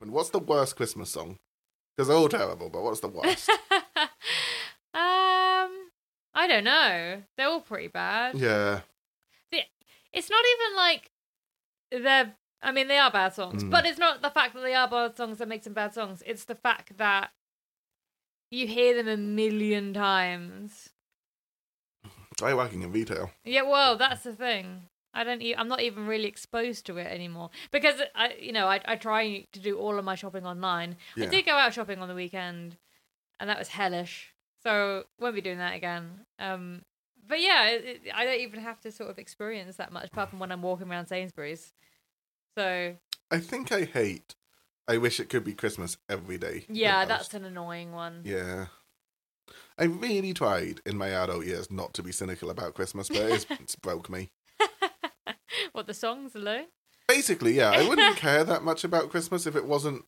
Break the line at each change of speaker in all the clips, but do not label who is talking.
mind. What's the worst Christmas song? Because they're all terrible, but what's the worst?
um, I don't know. They're all pretty bad.
yeah.
It's not even like they're. I mean, they are bad songs,
Mm.
but it's not the fact that they are bad songs that makes them bad songs. It's the fact that you hear them a million times.
Try working in retail.
Yeah, well, that's the thing. I don't. e- I'm not even really exposed to it anymore because I, you know, I, I try to do all of my shopping online. I
Yeah.
did go out shopping on the weekend, and that was hellish. So won't be doing that again. Um, but yeah, it, it, I don't even have to sort of experience that much, apart from when I'm walking around Sainsbury's. So
I think I hate. I wish it could be Christmas every day. the
yeah,
most.
that's an annoying one.
Yeah. I really tried in my adult years not to be cynical about Christmas, but it's, it's broke me.
What the songs alone?
Basically, yeah, I wouldn't care that much about Christmas if it wasn't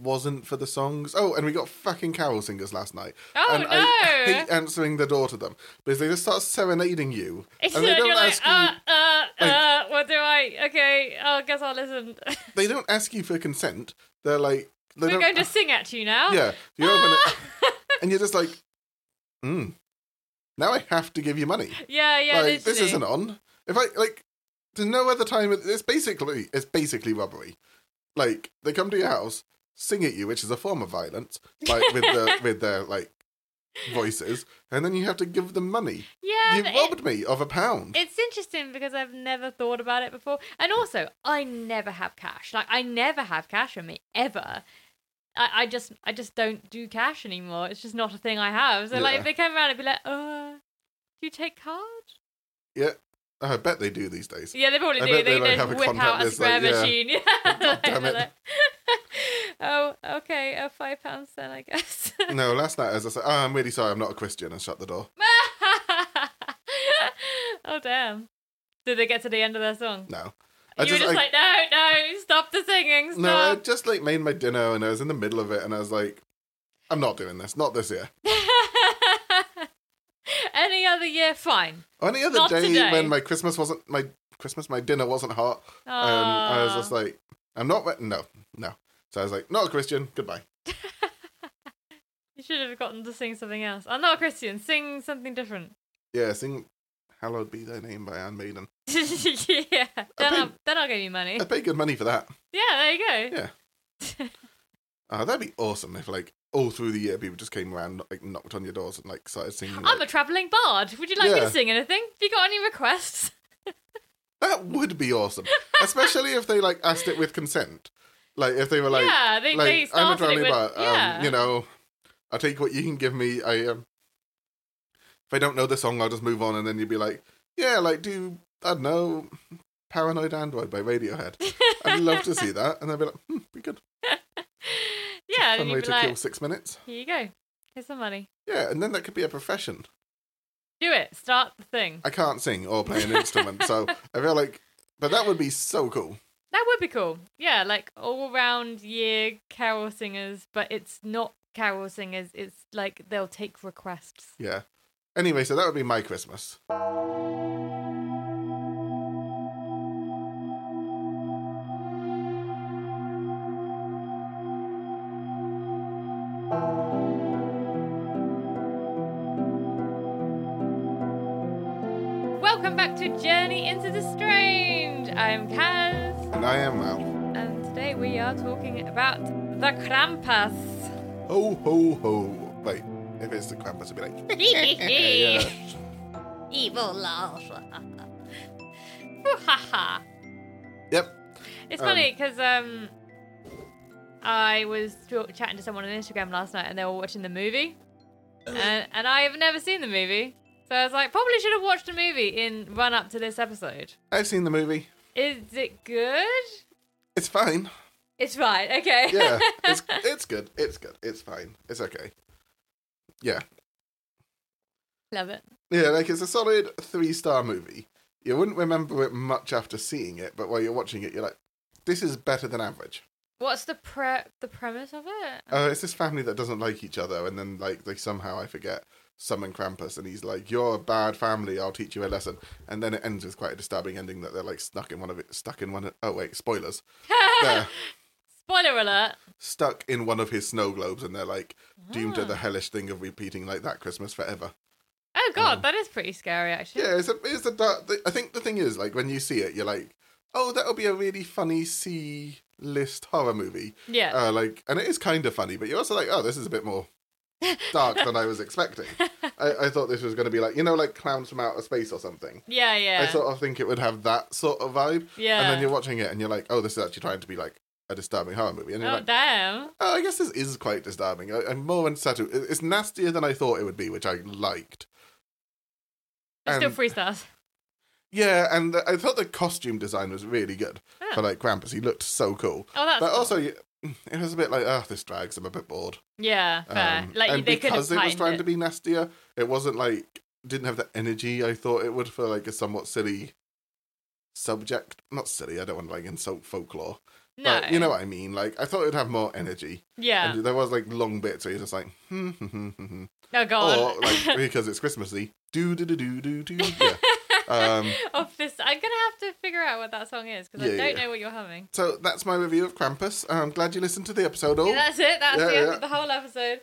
wasn't for the songs. Oh, and we got fucking carol singers last night.
Oh
and
no!
I hate answering the door to them because they just start serenading you.
It's
and they
and
don't
you're like,
ask
uh,
you
uh,
like-
uh, what do I? Okay, I guess I'll listen.
they don't ask you for consent. They're like they
We're
don't
going to sing at you now.
Yeah. You open it and you're just like, Hmm. Now I have to give you money.
yeah, yeah.
like this
literally.
isn't on. If I like, there's no other time. it- It's basically it's basically robbery. Like they come to your house, sing at you, which is a form of violence, like with the with their like voices, and then you have to give them money.
Yeah,
you
but
robbed me of a pound.
it, it's interesting because I've never thought about it before, and also I never have cash. Like I never have cash on me ever. I, I just I just don't do cash anymore. It's just not a thing I have. So like
Yeah.
if they came around, I'd be like, uh, do you take card?
yeah, Oh, I bet they do these days.
Yeah, they probably
I
do.
bet
They,
they, like,
just
have a
whip out a
contactless,
square
like, yeah.
machine. Yeah.
God damn it.
oh, okay, uh, five pounds then, I guess.
No, last night as I said, oh, I'm really sorry, I'm not a Christian, and shut the door.
oh damn! Did they get to the end of their song?
No,
you were just
I-
like, no, no, stop the singing,
no, I
stop.
just like made my dinner, and I was in the middle of it, and I was like, I'm not doing this, not this year.
Any other year, fine.
Only other
Not
day
today.
when my Christmas wasn't my Christmas, my dinner wasn't hot, and Um, I was
Aw.
just like, I'm not re- no no. So I was like, not a Christian. Goodbye.
you should have gotten to sing something else. I'm not a Christian. Sing something different.
Yeah, sing "Hallowed Be Thy Name" by Anne Maiden.
yeah, then I'll,
think-
then I'll give you money.
I paid good money for that.
Yeah, there you go.
Yeah. Uh, that'd be awesome if like all through the year people just came around, like knocked on your doors and like started singing.
I'm a
like-
travelling bard. Would you like me
Yeah.
to sing anything? Have you got any requests?
that would be awesome, especially if they like asked it with consent. Like if they were like,
yeah, they,
like
they
I'm a
started it
traveling
with,
bar.
yeah.
Um, you know, I'll take what you can give me. I um, if I don't know the song, I'll just move on, and then you'd be like, yeah, like do I don't know, Paranoid Android by Radiohead. I'd love to see that, and I'd be like, hmm, be good.
yeah,
Fun
and
way
you'd be
to
like,
kill six minutes.
here you go. Here's some money.
Yeah, and then that could be a profession.
Do it. Start the thing.
I can't sing or play an instrument, so I feel like, but that would be so cool.
That would be cool. Yeah, like all round year carol singers, but it's not carol singers. It's like they'll take requests.
Yeah. Anyway, so that would be my Christmas.
Welcome back to Journey into the Strange. I'm Kaz,
And I am um, Mal.
and today we are talking about the Krampus.
Ho, ho, ho. Wait, if it's the Krampus, it'd be like, Yeah.
Evil laugh. Foo-ha-ha.
yep,
It's
Um,
funny because um, I was t- chatting to someone on Instagram last night, and they were watching the movie,
Uh-huh.
and and I have never seen the movie, so I was like, probably should have watched the movie in run up to this episode.
I've seen the movie.
Is it good?
It's fine.
It's right. Okay.
Yeah, it's it's good. It's good. It's fine. It's okay. Yeah,
Love it.
yeah. Like it's a solid three star movie. You wouldn't remember it much after seeing it, but while you're watching it, you're like, "This is better than average."
What's the pre the premise of it?
Oh, it's this family that doesn't like each other, and then like they somehow I forget summon Krampus, and he's like, "You're a bad family. I'll teach you a lesson." And then it ends with quite a disturbing ending that they're like stuck in one of it, stuck in one. Of, oh wait, spoilers. There.
Spoiler alert.
stuck in one of his snow globes, and they're like doomed
Ah.
to the hellish thing of repeating like that Christmas forever.
Oh
Mm.
god, that is pretty scary actually.
Yeah, it's a, it's a dark. I think the thing is, like, when you see it, you're like, oh, that'll be a really funny C list horror movie.
Yeah.
Uh, like, and it is kind of funny, but you're also like, oh, this is a bit more dark than I was expecting. I, I thought this was going to be like, you know, like clowns from outer space or something.
yeah, yeah.
I sort of think it would have that sort of vibe. And
Yeah.
then you're watching it, and you're like, oh, this is actually trying to be like a disturbing horror movie. And you're
oh
like,
damn.
oh, I guess this is quite disturbing. I, I'm more unsettled. It- It's nastier than I thought it would be, which I liked.
It's still
And-
free stars.
yeah, and the, I thought the costume design was really good
Ah.
for like Krampus. He looked so cool,
Oh that's
but
cool.
also you- it was a bit like, oh, this drags. I'm a bit bored.
Yeah, fair.
Um,
like
and
they could have
because it was
tightened
trying
it.
to be nastier, it wasn't like didn't have the energy I thought it would for like a somewhat silly subject. Not silly. I don't want to like insult folklore,
no.
but you know what I mean. Like I thought it'd have more energy.
Yeah.
And there was like long bits where you're just like, hmm, hmm, hmm, hmm, hmm.
Oh god.
or like because it's Christmassy, do do do do do do. Yeah. Um,
of this, I'm gonna have to figure out what that song is because I
Yeah,
don't
yeah.
know what you're humming.
so that's my review of Krampus. I'm glad you listened to the episode. All
Yeah, that's it. That's
Oh, Yeah,
the end
yeah.
of the whole episode.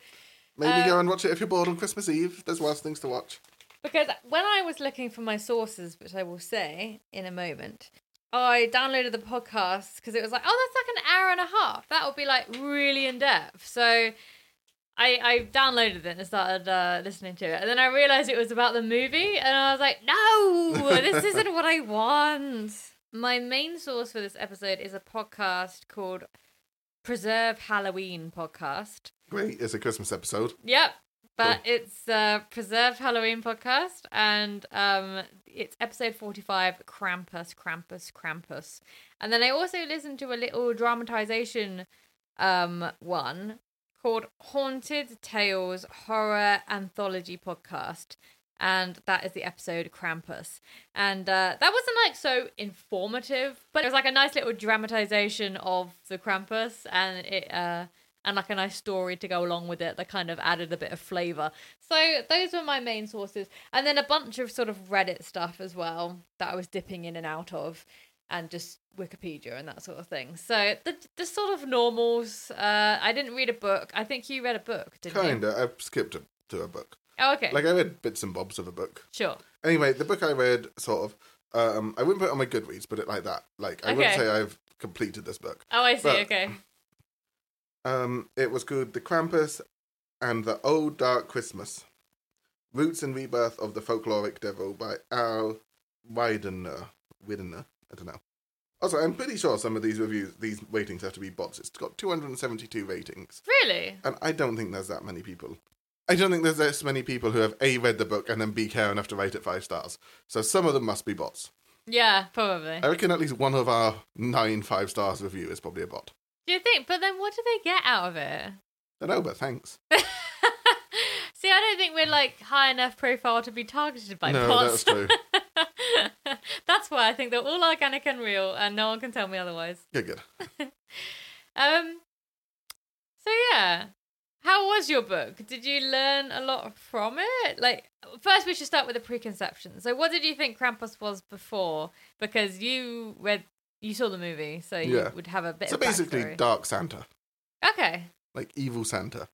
maybe
uh,
go and watch it if you're bored on Christmas Eve. There's worse things to watch.
Because when I was looking for my sources, which I will say in a moment, I downloaded the podcast because it was like, oh, that's like an hour and a half. That would be like really in depth. So I, I downloaded it and started uh, listening to it. And then I realized it was about the movie. And I was like, no, this isn't what I want. My main source for this episode is a podcast called Preserve Halloween Podcast.
Great, it's a Christmas episode.
Yep. But it's uh, Preserved Halloween podcast, and um, it's episode 45 Krampus, Krampus, Krampus. And then I also listened to a little dramatization um, one called Haunted Tales Horror Anthology Podcast. And that is the episode Krampus. And uh, that wasn't like so informative, but it was like a nice little dramatization of the Krampus and it uh, and like a nice story to go along with it that kind of added a bit of flavor. So those were my main sources. And then a bunch of sort of Reddit stuff as well that I was dipping in and out of and just Wikipedia and that sort of thing. So the the sort of normals. Uh, I didn't read a book. I think you read a book, didn't you?
Kinda. I've skipped a, to a book.
Oh, okay.
Like I read bits and bobs of a book.
sure.
Anyway, the book I read, sort of, um, I wouldn't put it on my Goodreads, but it like that. Like I wouldn't
Okay.
say I've completed this book.
Oh, I see.
But-
okay.
Um, it was called The Krampus and the Old Dark Christmas Roots and Rebirth of the Folkloric Devil by Al Widener. Widener? I don't know. Also, I'm pretty sure some of these reviews, these ratings have to be bots. It's got 272 ratings.
Really?
And I don't think there's that many people. I don't think there's this many people who have A, read the book, and then B, care enough to rate it five stars. So some of them must be bots.
Yeah, probably.
I reckon at least one of our nine five stars review is probably a bot.
Do you think? But then, what do they get out of it?
I don't know, but thanks.
See, I don't think we're like high enough profile to be targeted by
no, that's
bots.
true.
That's why I think they're all organic and real, and no one can tell me otherwise.
Good, good.
Um. So yeah, how was your book? Did you learn a lot from it? Like, first we should start with the preconception. So, what did you think Krampus was before? Because you read, you saw the movie, so you
Yeah.
would have a bit.
So
of
basically,
backstory.
Dark Santa,
okay.
like evil Santa.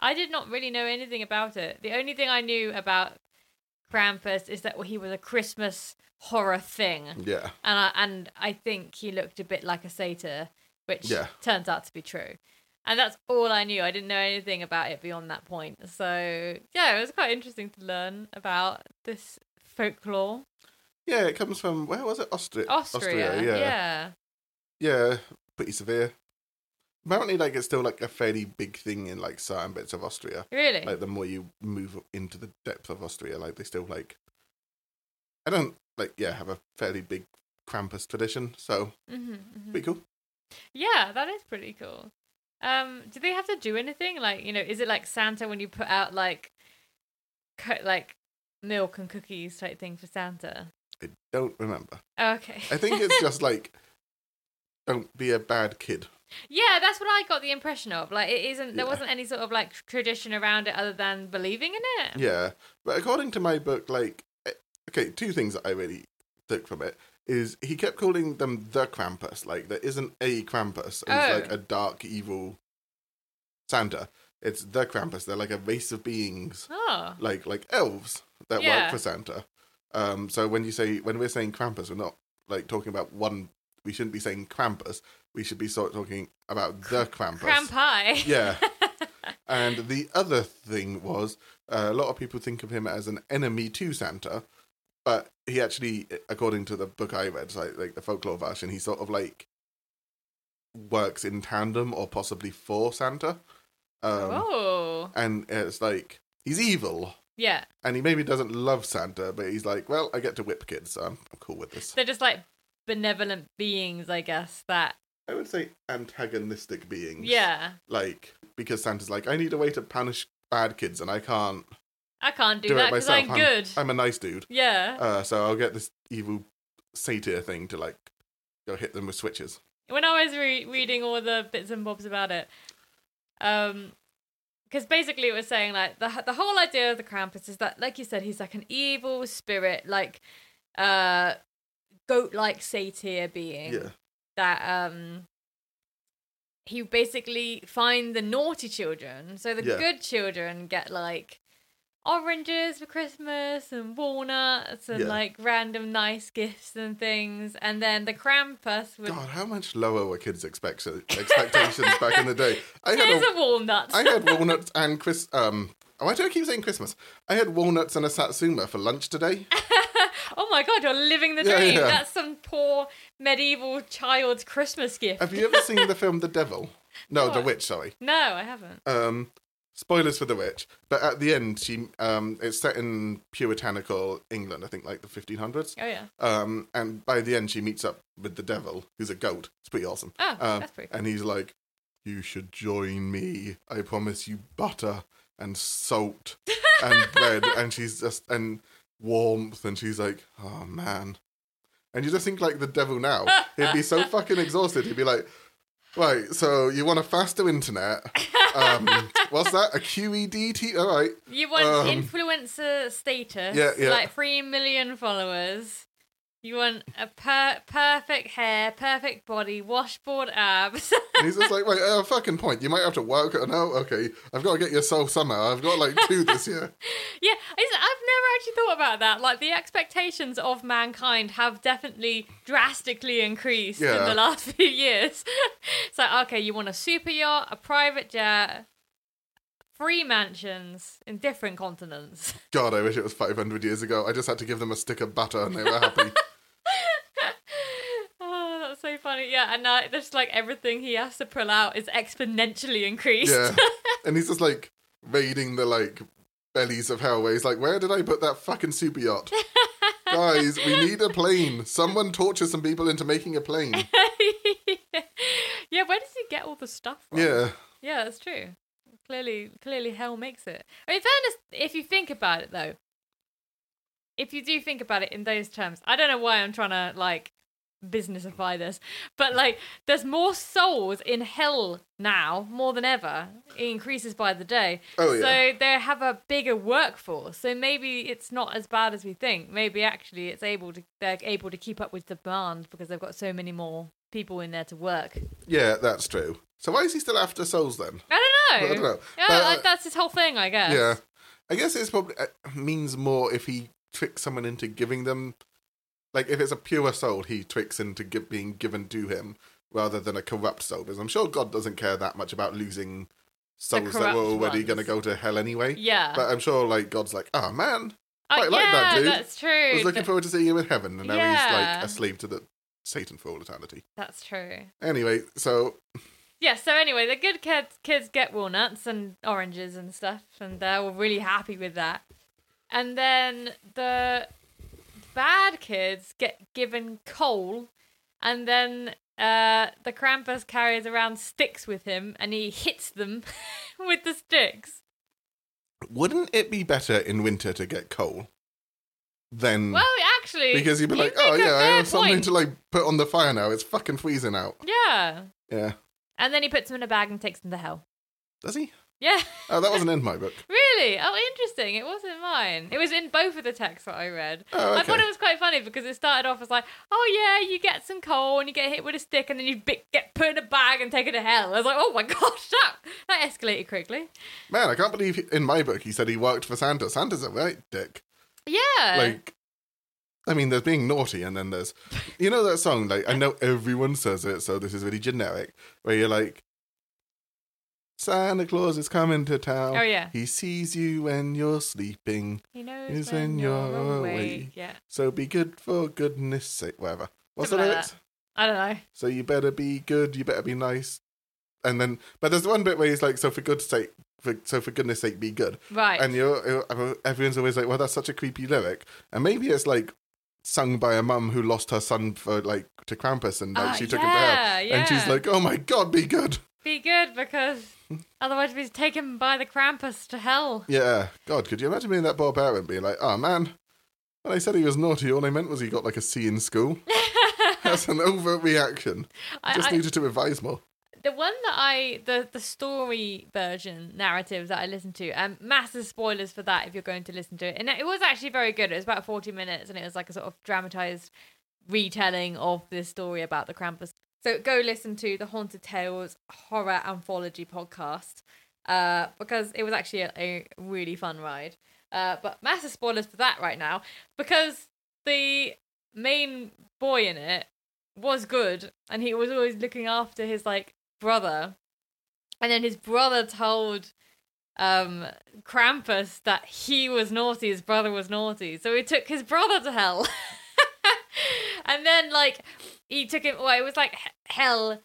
I did not really know anything about it. The only thing I knew about Krampus is that he was a Christmas horror thing, and
Yeah,
I, and I think he looked a bit like a satyr, which
Yeah.
turns out to be true. And that's all I knew. I didn't know anything about it beyond that point. So yeah, it was quite interesting to learn about this folklore.
yeah. It comes from where was it? Austria.
Austria,
yeah,
yeah,
Yeah, Pretty severe. Apparently, like it's still like a fairly big thing in like certain bits of Austria.
really.
Like the more you move into the depth of Austria, like they still like. I don't like yeah have a fairly big Krampus tradition, so
hmm hmm
pretty cool.
Yeah, that is pretty cool. Um, do they have to do anything? Like, you know, is it like Santa when you put out like, co- like milk and cookies type thing for Santa?
I don't remember.
Oh, okay.
I think it's just like, don't be a bad kid.
yeah, that's what I got the impression of. Like, it isn't. There
Yeah.
wasn't any sort of like tradition around it other than believing in it.
Yeah, but according to my book, like, eh, okay, two things that I really took from it is he kept calling them the Krampus. Like there isn't a Krampus. and It's
Oh.
like a dark evil Santa. It's the Krampus. They're like a race of beings,
Oh.
like like elves that
Yeah.
work for Santa. Um, so when you say when we're saying Krampus, we're not like talking about one. We shouldn't be saying Krampus. We should be sort of talking about the Krampus.
Krampi.
Yeah. and the other thing was uh, a lot of people think of him as an enemy to Santa, but he actually, according to the book I read, so like, like the folklore version, he sort of like works in tandem or possibly for Santa. Um,
oh.
And it's like he's evil.
Yeah.
And he maybe doesn't love Santa, but he's like, well, I get to whip kids, so I'm, I'm cool with this.
They're just like benevolent beings, I guess, that.
I would say antagonistic beings.
Yeah.
Like, because Santa's like, I need a way to punish bad kids, and I can't
I can't do,
do
that
it
because
myself.
I'm good.
I'm a nice dude.
yeah.
Uh, so I'll get this evil satyr thing to like go hit them with switches.
when I was re- reading all the bits and bobs about it, um, because basically it was saying like the the whole idea of the Krampus is that, like you said, he's like an evil spirit, like uh, goat like satyr being
Yeah.
that um. He basically find the naughty children, so the
Yeah.
good children get like oranges for Christmas and walnuts and
Yeah.
like random nice gifts and things, and then the Krampus would
God, how much lower were kids' expect- expectations back in the day? I had
There's
a,
a walnut.
I had walnuts and Chris. Um, oh, why do I keep saying Christmas? I had walnuts and a satsuma for lunch today.
oh my god, you're living the
Yeah,
dream.
yeah.
That's some poor medieval child's Christmas gift.
Have you ever seen the film The Devil? No, The
What?
Witch. Sorry.
no, I haven't. Oh,
um spoilers for the witch but at the end she um it's set in puritanical england i think like the 1500s
Oh yeah.
um and by the end she meets up with the devil who's a goat it's pretty awesome
Oh,
um,
that's pretty cool.
and he's like you should join me i promise you butter and salt and bread and she's just and warmth and she's like oh man and you just think like the devil now he'd be so fucking exhausted he'd be like right so you want a faster internet um, what's that? A QED T? All right.
You want
um,
influencer status,
Yeah, yeah.
like three million followers. You want a per- perfect hair, perfect body, washboard abs.
And he's just like, wait, uh, fucking point. You might have to work. Oh, no, okay. I've got to get your soul somehow. I've got like two this year.
Yeah, it's- I've never actually thought about that. Like the expectations of mankind have definitely drastically increased in
Yeah.
the last few years. it's like, okay, you want a super yacht, a private jet, three mansions in different continents.
God, I wish it was 500 years ago. I just had to give them a stick of butter and they were happy.
Oh, that's so funny. Yeah, and now just like everything he has to pull out is exponentially increased.
yeah. And he's just like raiding the like bellies of hell where he's like, where did I put that fucking super yacht? Guys, we need a plane. Someone torture some people into making a plane.
yeah, where does he get all the stuff from?
Yeah.
Yeah, that's true. Clearly, clearly, hell makes it. In fairness, if you think about it, though, if you do think about it in those terms, I don't know why I'm trying to like businessify this, but like, there's more souls in hell now more than ever. It increases by the day,
Oh,
so
yeah.
they have a bigger workforce. So maybe it's not as bad as we think. Maybe actually, it's able to they're able to keep up with demand because they've got so many more people in there to work.
Yeah, that's true. So why is he still after souls then?
I don't know.
I don't know.
Yeah,
But,
like,
uh,
that's his whole thing, I guess.
Yeah, I guess it's probably uh, means more if he tricks someone into giving them, like if it's a pure soul, he tricks into give, being given to him rather than a corrupt soul. Because I'm sure God doesn't care that much about losing souls that
corrupt
were already
ones.
going to go to hell anyway.
Yeah.
But I'm sure, like God's like, ah man,
Uh,
quite like
yeah,
that dude.
that's
I
true.
was looking
Th-
forward to seeing him in heaven, and now he's
Yeah.
like a slave to the Satan for all eternity.
that's true.
Anyway, so
Yeah, so anyway, the good kids, kids get walnuts and oranges and stuff, and they're all really happy with that. And then the bad kids get given coal, and then uh, the Krampus carries around sticks with him, and he hits them with the sticks.
wouldn't it be better in winter to get coal than?
Well, actually,
Hmm. Because you'd be like, oh
make a
yeah, I
fair
have something
point."
to like put on the fire now. It's fucking freezing out.
yeah.
Yeah.
And then he puts them in a bag and takes them to hell.
Does he?
Yeah,
Oh, that wasn't in my book.
really? Oh, interesting. It wasn't mine. It was in both of the texts that I read.
Oh,
I thought
okay.
it was quite funny because it started off as like, oh yeah, you get some coal and you get hit with a stick and then you bi- get put in a bag and taken to hell. I was like, oh my gosh, that, that escalated quickly.
Man, I can't believe he- in my book he said he worked for Santa. Santa's a right dick.
Yeah.
Like, I mean, there's being naughty, and then there's, you know, that song. Like, I know everyone says it, so this is really generic. Where you're like, Santa Claus is coming to town.
Oh, yeah.
He sees you when you're sleeping,
he knows
is
when
when
you're,
you're
awake.
awake.
Yeah.
so be good for goodness' sake. Whatever. What's
Something
the
like
lyrics?
I don't know.
So you better be good. You better be nice. And then, but there's one bit where he's like, "So for good's sake, for, so for goodness' sake, be good."
Right.
and you're uh, everyone's always like, "Well, that's such a creepy lyric," and maybe it's like sung by a mum who lost her son for like to Krampus, and like
Ah,
she took him there,
yeah,
and she's
yeah.
like, "Oh my god, be good!"
Be good because otherwise we'd be taken by the Krampus to hell.
Yeah, God, could you imagine being that poor parent being like, "Oh man, when I said he was naughty, all I meant was he got like a C in school." that's an overreaction.
I-
Just
I-
needed to revise more.
the one that I the the story version narrative that I listened to, um, massive spoilers for that if you're going to listen to it. And it was actually very good. It was about forty minutes, and it was like a sort of dramatized retelling of this story about the Krampus. So go listen to the Haunted Tales horror anthology podcast uh, because it was actually a, a really fun ride. Uh, but massive spoilers for that right now because the main boy in it was good and he was always looking after his like brother and then his brother told um Krampus that he was naughty his brother was naughty so he took his brother to hell and then like he took him well it was like he- hell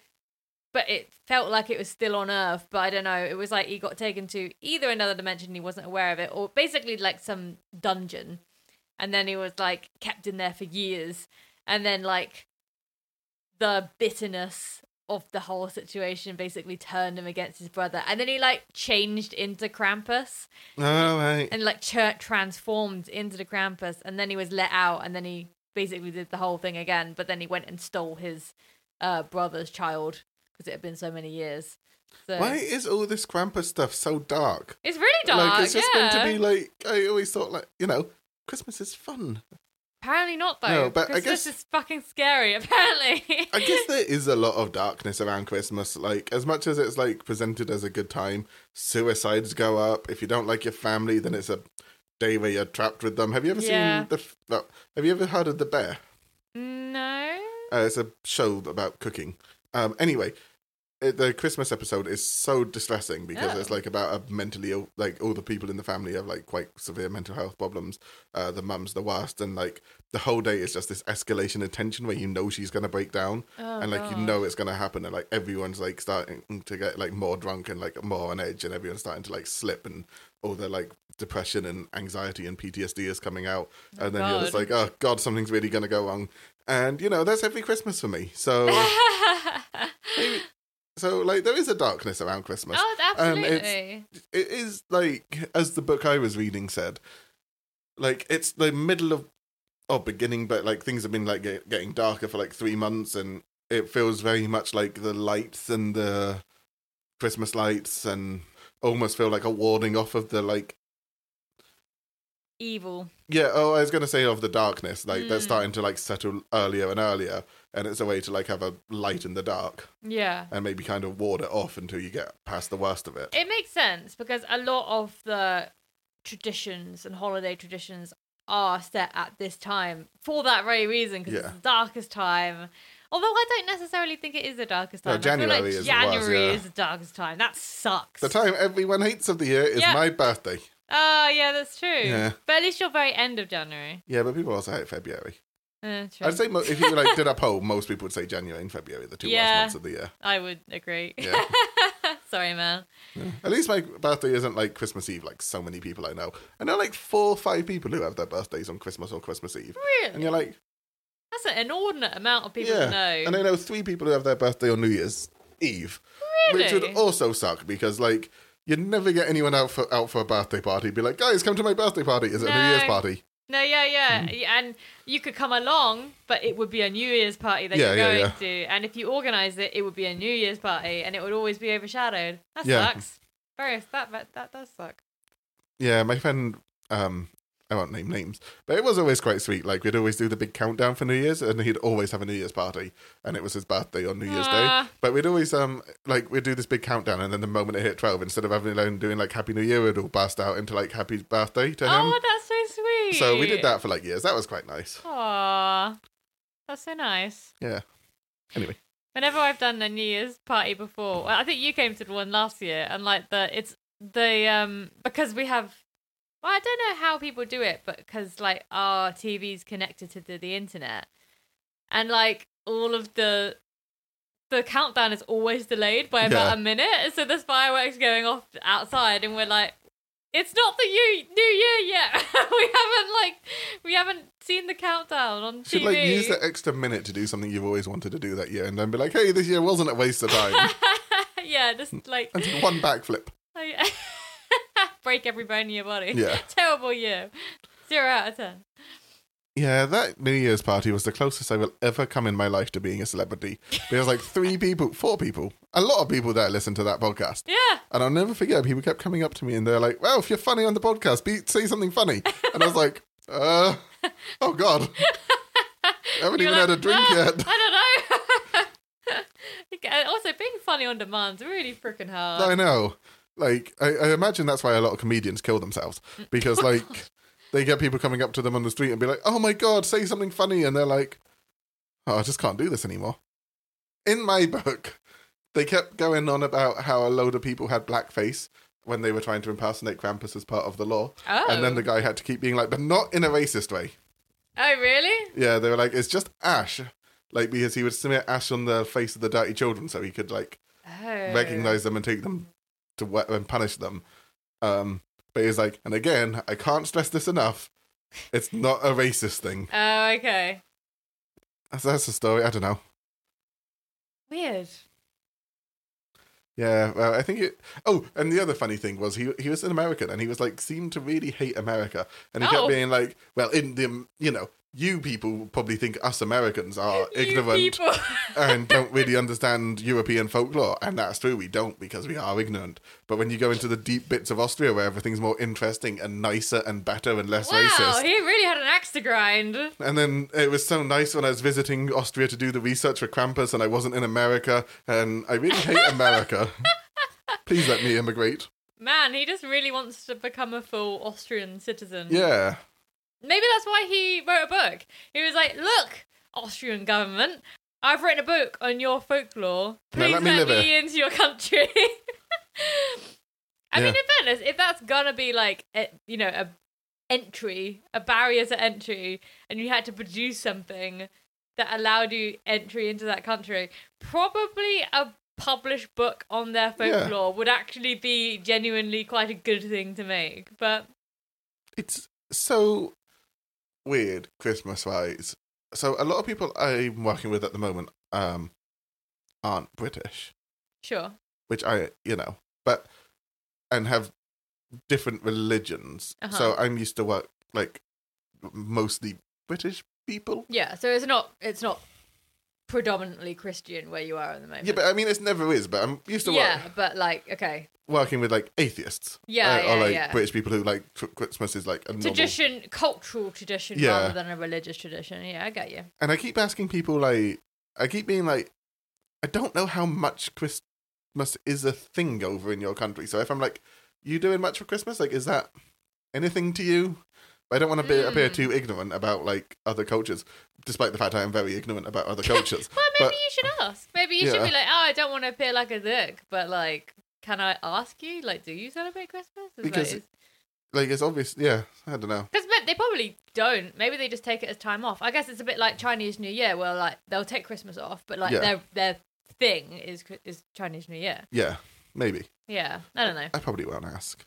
but it felt like it was still on earth but i don't know it was like he got taken to either another dimension he wasn't aware of it or basically like some dungeon and then he was like kept in there for years and then like the bitterness of the whole situation basically turned him against his brother and then he like changed into krampus
All Oh, right.
and like church transformed into the Krampus, and then he was let out, and then he basically did the whole thing again. But then he went and stole his uh, brother's child because it had been so many years. So
Why is all this Krampus stuff so dark?
it's really dark.
Like it's just
yeah.
meant to be like I always thought like you know Christmas is fun.
Apparently not though.
No, but I
because
guess-
this is fucking scary. Apparently.
I guess there is a lot of darkness around Christmas. Like as much as it's like presented as a good time, suicides go up. If you don't like your family, then it's a day where you're trapped with them. Have you ever
Yeah.
seen the? f- no, Have you ever heard of the bear?
no.
Uh, it's a show about cooking. Um, anyway, it, the Christmas episode is so distressing because
Oh.
it's like about a mentally ill, like all the people in the family have like quite severe mental health problems. Uh, the mum's the worst, and like the whole day is just this escalation of tension where you know she's gonna break down,
Oh,
and like you
God.
know it's gonna happen, and like everyone's like starting to get like more drunk and like more on edge, and everyone's starting to like slip, and all their like depression and anxiety and PTSD is coming out, and then you're just
God.
like, oh god, something's really gonna go wrong. And you know that's every Christmas for me. So, so like there is a darkness around Christmas
oh,
Um,
absolutely.
it's- it is like as the book I was reading said, like it's the middle of or beginning, but like things have been like get, getting darker for like three months, and it feels very much like the lights and the Christmas lights, and almost feel like a warding off of the like
Evil.
yeah, oh, I was going to say of the darkness, like they're starting to like settle earlier and earlier, and it's a way to like have a light in the dark
Yeah.
and maybe kind of ward it off until you get past the worst of it.
It makes sense because a lot of the traditions and holiday traditions are set at this time for that very reason because
Yeah.
it's the darkest time. Although I don't necessarily think it is the darkest
No,
time. I feel
January
like
is the worst,
January
yeah.
is the darkest time. That sucks.
The time everyone hates of the year is
Yeah.
my birthday.
oh yeah, that's true.
Yeah.
But at least your very end of January.
Yeah, but people also hate February.
Uh, true.
I'd say mo- if you like did a poll, most people would say January and February, the two
Yeah.
worst months of the year.
I would agree.
Yeah.
Sorry, man.
At least my birthday isn't like Christmas Eve, like so many people I know. I know like four or five people who have their birthdays on Christmas or Christmas Eve. And
Really?
you're like,
That's an inordinate amount of people
yeah.
to know.
And I know three people who have their birthday on New Year's Eve. Which would
Really?
also suck because like you'd never get anyone out for out for a birthday party. Be like, guys, come to my birthday party. Is it a New Year's
No.
party?
No, yeah,
Mm.
yeah. Yeah, And you could come along, but it would be a New Year's party that
Yeah,
you're
yeah,
going
yeah.
to. And if you organise it, it would be a New Year's party and it would always be overshadowed. That
Yeah.
sucks. Various, that, that that does suck.
Yeah, my friend, um, I won't name names, but it was always quite sweet. Like we'd always do the big countdown for New Year's, and he'd always have a New Year's party, and it was his birthday on New Year's Day.
Ah.
But we'd always um, like we'd do this big countdown, and then the moment it hit twelve, instead of having alone doing like Happy New Year, it'd all burst out into like Happy Birthday to him.
oh, that's so sweet.
So we did that for like years. That was quite nice.
Aww, that's so nice.
Yeah. Anyway,
Whenever I've done a New Year's party before, well, I think you came to the one last year, and like the it's the um because we have. Well, I don't know how people do it, but because like our TV's connected to the, the internet, and like all of the the countdown is always delayed by about
Yeah.
a minute, so there's fireworks going off outside, and we're like, it's not the new New Year yet. we haven't like we haven't seen the countdown on
should
TV.
like use that extra minute to do something you've always wanted to do that year, and then be like, "Hey, this year wasn't a waste of time."
yeah, just like
and take one backflip.
Oh, yeah. break every bone in your body.
Yeah.
Terrible year. Zero out of ten.
Yeah, that New Year's party was the closest I will ever come in my life to being a celebrity. There was like three people, four people, a lot of people there listened to that podcast.
Yeah.
And I'll never forget, people kept coming up to me and they're like, well, if you're funny on the podcast, be, say something funny. And I was like, uh, oh God. I haven't
You're
even had a
like,
drink
"Ah,
yet.
I don't know. also, being funny on demand's really freaking hard.
I know. Like, I, I imagine that's why a lot of comedians kill themselves because, like, they get people coming up to them on the street and be like, "Oh my god, say something funny," and they're like, "Oh, I just can't do this anymore." In my book, they kept going on about how a load of people had blackface when they were trying to impersonate Krampus as part of the law,
Oh.
and then the guy had to keep being like, "But not in a racist way."
oh, really?
Yeah, they were like, "It's just ash." Like because he would smear ash on the face of the dirty children, so he could like
Oh.
recognize them and take them to wh- and punish them. Um, but he's like, and again, I can't stress this enough. It's not a racist thing.
Oh, okay.
That's, that's the story. I don't know.
Weird.
Yeah, well, I think it. Oh, and the other funny thing was he he was an American and he was like seemed to really hate America and he
Oh.
kept being like, well, in the you know you people probably think us Americans are
You
ignorant
people.
and don't really understand European folklore. And that's true, we don't because we are ignorant. But when you go into the deep bits of Austria where everything's more interesting and nicer and better and less
wow,
racist.
he really had an axe to grind.
And then it was so nice when I was visiting Austria to do the research for Krampus and I wasn't in America and I really hate America. Please let me immigrate.
Man, he just really wants to become a full Austrian citizen.
Yeah.
Maybe that's why he wrote a book. He was like, "Look, Austrian government, I've written a book on your folklore.
Now
Please
let
let
me
me,
live here."
into your country." I
Yeah.
mean, in fairness, if that's gonna be like, a, you know, a entry, a barrier to entry, and you had to produce something that allowed you entry into that country, probably a published book on their
Yeah.
folklore would actually be genuinely quite a good thing to make. But
It's so weird Christmas wise. So a lot of people I'm working with at the moment um aren't British.
sure,
which I, you know, but and have different religions.
Uh-huh.
So I'm used to work like mostly British people.
Yeah, so it's not it's not predominantly Christian where you are at the moment.
Yeah, but I mean, it's never is. But I'm used to
yeah,
work,
but like okay,
working with like atheists,
Yeah,
uh, or
yeah,
like
yeah.
British people who like tr- Christmas is like a normal.
tradition, cultural tradition
Yeah.
rather than a religious tradition. Yeah, I get you.
And I keep asking people like, I keep being like, I don't know how much Christmas is a thing over in your country. So if I'm like, you doing much for Christmas? Like, is that anything to you? I don't want to be, appear
Mm.
too ignorant about like other cultures, despite the fact I am very ignorant about other cultures.
Well, maybe
But-
you should ask. Maybe you should
Yeah.
be like, oh, I don't want to appear like a dick, but like, can I ask you? Like, do you celebrate Christmas?
Because- like, it's obvious. Yeah, I don't know.
because they probably don't. Maybe they just take it as time off. I guess it's a bit like Chinese New Year, where like they'll take Christmas off, but like
Yeah.
their their thing is is Chinese New Year.
Yeah, maybe
Yeah, I don't know.
I probably won't ask.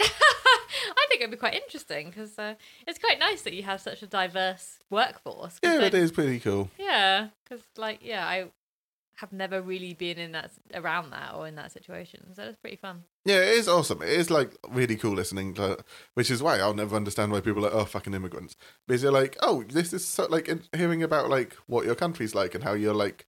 I think it'd be quite interesting because uh, it's quite nice that you have such a diverse workforce. 'cause
Yeah,
then-
it is pretty cool.
Yeah, because like yeah, I have never really been in that around that or in that situation, so it's pretty fun.
Yeah, it is awesome. It is like really cool listening to, which is why I'll never understand why people are like, oh, fucking immigrants. Because you're like, oh, this is so, like in- hearing about like what your country's like and how you're like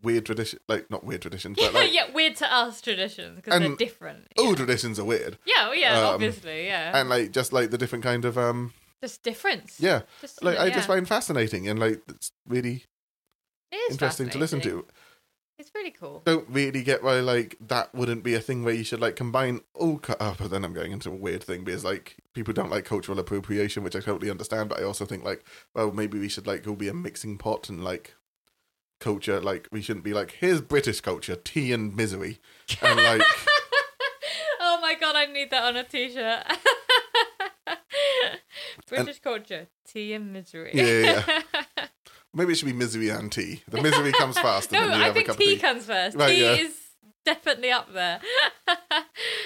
weird tradition, like not weird traditions, but like
yeah, weird to us traditions because they're
And-
different. Yeah,
all traditions are weird,
yeah, well, yeah
um,
obviously, yeah.
and like just like the different kind of um
just difference.
yeah,
Just,
like I just
yeah.
find fascinating and like it's really
It is
interesting to listen
fascinating.
to.
It's really cool.
Don't really get why like that wouldn't be a thing where you should like combine all. cu- Oh, but then I'm going into a weird thing because like people don't like cultural appropriation, which I totally understand, but I also think like well maybe we should like all be a mixing pot and like culture like we shouldn't be like here's British culture tea and misery and like.
oh my god, I need that on a t-shirt. British culture, tea and misery.
Yeah, yeah, Maybe it should be misery and tea. The misery comes faster
no,
than you
I
have a
think
cup
tea
of tea.
comes first.
Right,
tea
yeah.
is definitely up there.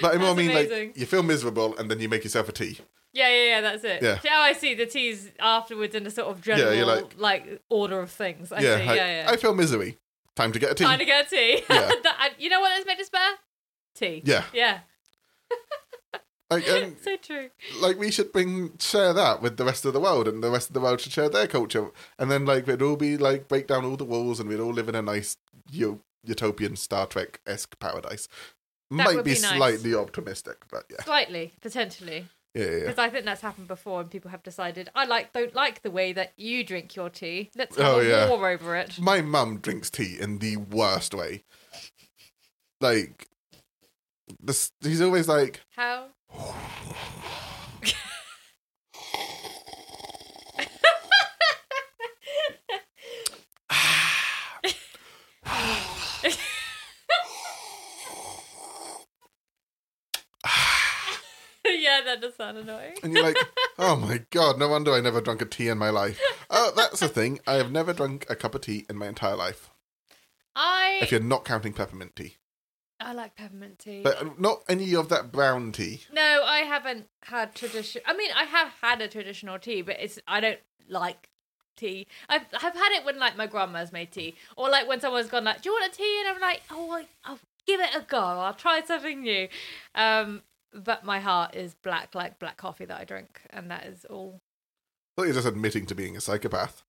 But I more
That's
mean,
amazing.
like, you feel miserable and then you make yourself a tea.
yeah, yeah, yeah, that's it.
Yeah.
See, Oh, I see. The tea's afterwards in a sort of general
you're
like, order of things. I
yeah,
see.
I,
yeah, yeah.
I feel misery. Time to get a tea.
Time to get a tea.
Yeah.
That- I- you know what has made us better? Tea.
Yeah.
Yeah.
Like, um, and,
So true.
like, we should bring share that with the rest of the world, and the rest of the world should share their culture. And then, like, we'd all be like break down all the walls, and we'd all live in a nice u- utopian Star Trek esque paradise.
That
Might
would
be,
be nice.
slightly optimistic, but yeah,
Slightly, potentially.
yeah, yeah, yeah.
Because I think that's happened before, and people have decided I like don't like the way that you drink your tea. Let's have
Oh,
a
yeah.
war over it.
My mum drinks tea in the worst way. Like, this, he's always like,
How? yeah, that does sound annoying.
and you're like, oh my god, no wonder I never drank a tea in my life. Oh, that's the thing. I have never drunk a cup of tea in my entire life. If
I
you're not counting peppermint tea,
I like peppermint tea.
but uh, not any of that brown tea.
no, I haven't had tradition. I mean, I have had a traditional tea, but it's I don't like tea. I've I've had it when like my grandma's made tea, or like when someone's gone like, "Do you want a tea?" and I'm like, "Oh, I, I'll give it a go. I'll try something new." Um, but my heart is black, like black coffee that I drink, and that is all.
I thought you were just admitting to being a psychopath.